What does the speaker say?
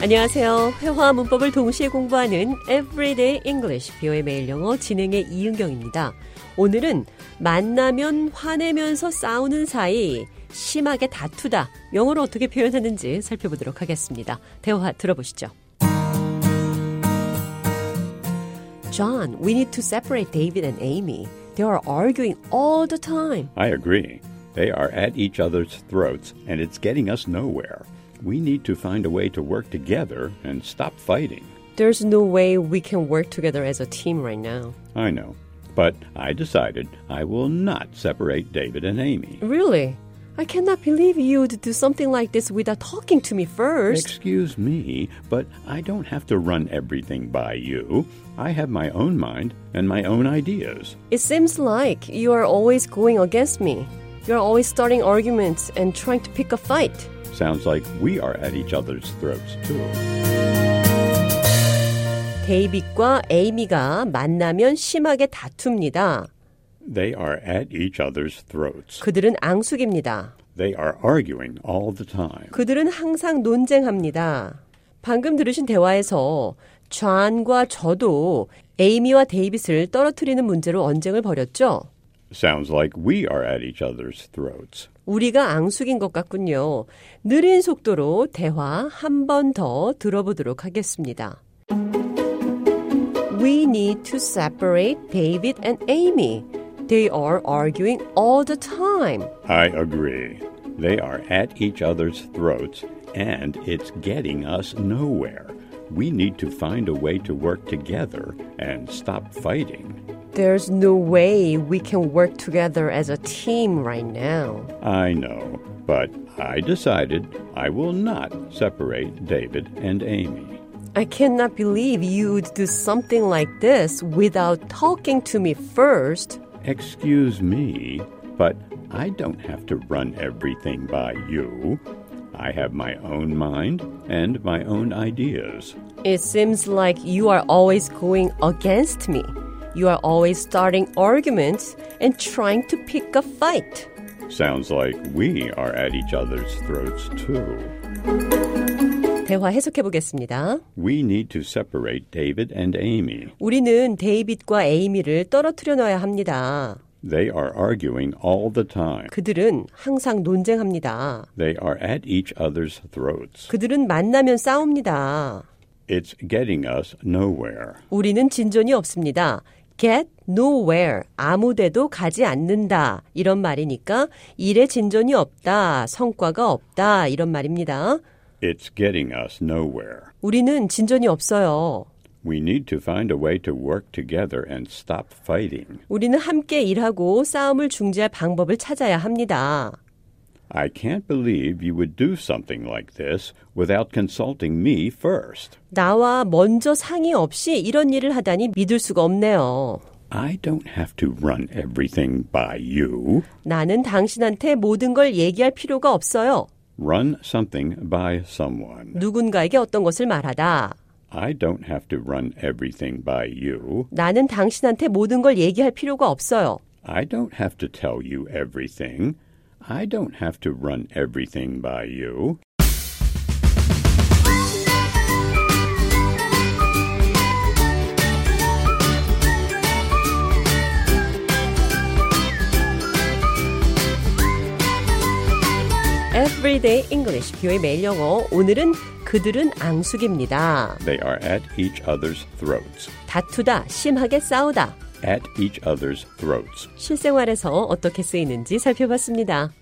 안녕하세요. 회화 문법을 동시에 공부하는 Everyday English 비오의 매일 영어 진행의 이은경입니다. 오늘은 만나면 화내면서 싸우는 사이 심하게 다투다 영어로 어떻게 표현하는지 살펴보도록 하겠습니다. 대화 들어보시죠. John, we need to separate David and Amy. They are arguing all the time. I agree. They are at each other's throats, and it's getting us nowhere. We need to find a way to work together and stop fighting. There's no way we can work together as a team right now. I know, but I decided I will not separate David and Amy. Really? I cannot believe you'd do something like this without talking to me first. Excuse me, but I don't have to run everything by you. I have my own mind and my own ideas. It seems like you are always going against me. You're always starting arguments and trying to pick a fight. Sounds like we are at each other's throats, too. 데이빗과 에이미가 만나면 심하게 다툽니다. They are at each other's throats. 그들은 앙숙입니다. They are arguing all the time. 그들은 항상 논쟁합니다. 방금 들으신 대화에서 존과 저도 에이미와 데이빗을 떨어뜨리는 문제로 언쟁을 벌였죠. Sounds like we are at each other's throats. 우리가 앙숙인 것 같군요. 느린 속도로 대화 한 번 더 들어보도록 하겠습니다. We need to separate David and Amy. They are arguing all the time. I agree. They are at each other's throats, and it's getting us nowhere. We need to find a way to work together and stop fighting. There's no way we can work together as a team right now. I know, but I decided I will not separate David and Amy. I cannot believe you would do something like this without talking to me first. Excuse me, but I don't have to run everything by you. I have my own mind and my own ideas. It seems like you are always going against me. You are always starting arguments and trying to pick a fight. Sounds like we are at each other's throats, too. 대화 해석해 보겠습니다. We need to separate David and Amy. 우리는 데이빗과 에이미를 떨어뜨려 놔야 합니다. They are arguing all the time. 그들은 항상 논쟁합니다. They are at each other's throats. 그들은 만나면 싸웁니다. It's getting us nowhere. 우리는 진전이 없습니다. get nowhere 아무데도 가지 않는다 이런 말이니까 일에 진전이 없다 성과가 없다 이런 말입니다. It's getting us nowhere. 우리는 진전이 없어요. We need to find a way to work together and stop fighting. 우리는 함께 일하고 싸움을 중지할 방법을 찾아야 합니다. I can't believe you would do something like this without consulting me first. 나와 먼저 상의 없이 이런 일을 하다니 믿을 수가 없네요. I don't have to run everything by you. 나는 당신한테 모든 걸 얘기할 필요가 없어요. Run something by someone. 누군가에게 어떤 것을 말하다. I don't have to run everything by you. 나는 당신한테 모든 걸 얘기할 필요가 없어요. I don't have to tell you everything. I don't have to run everything by you. Everyday English, 뷰의 매일 영어. 오늘은 그들은 앙숙입니다. They are at each other's throats. 다투다, 심하게 싸우다. At each other's throats. 실생활에서 어떻게 쓰이는지 살펴봤습니다.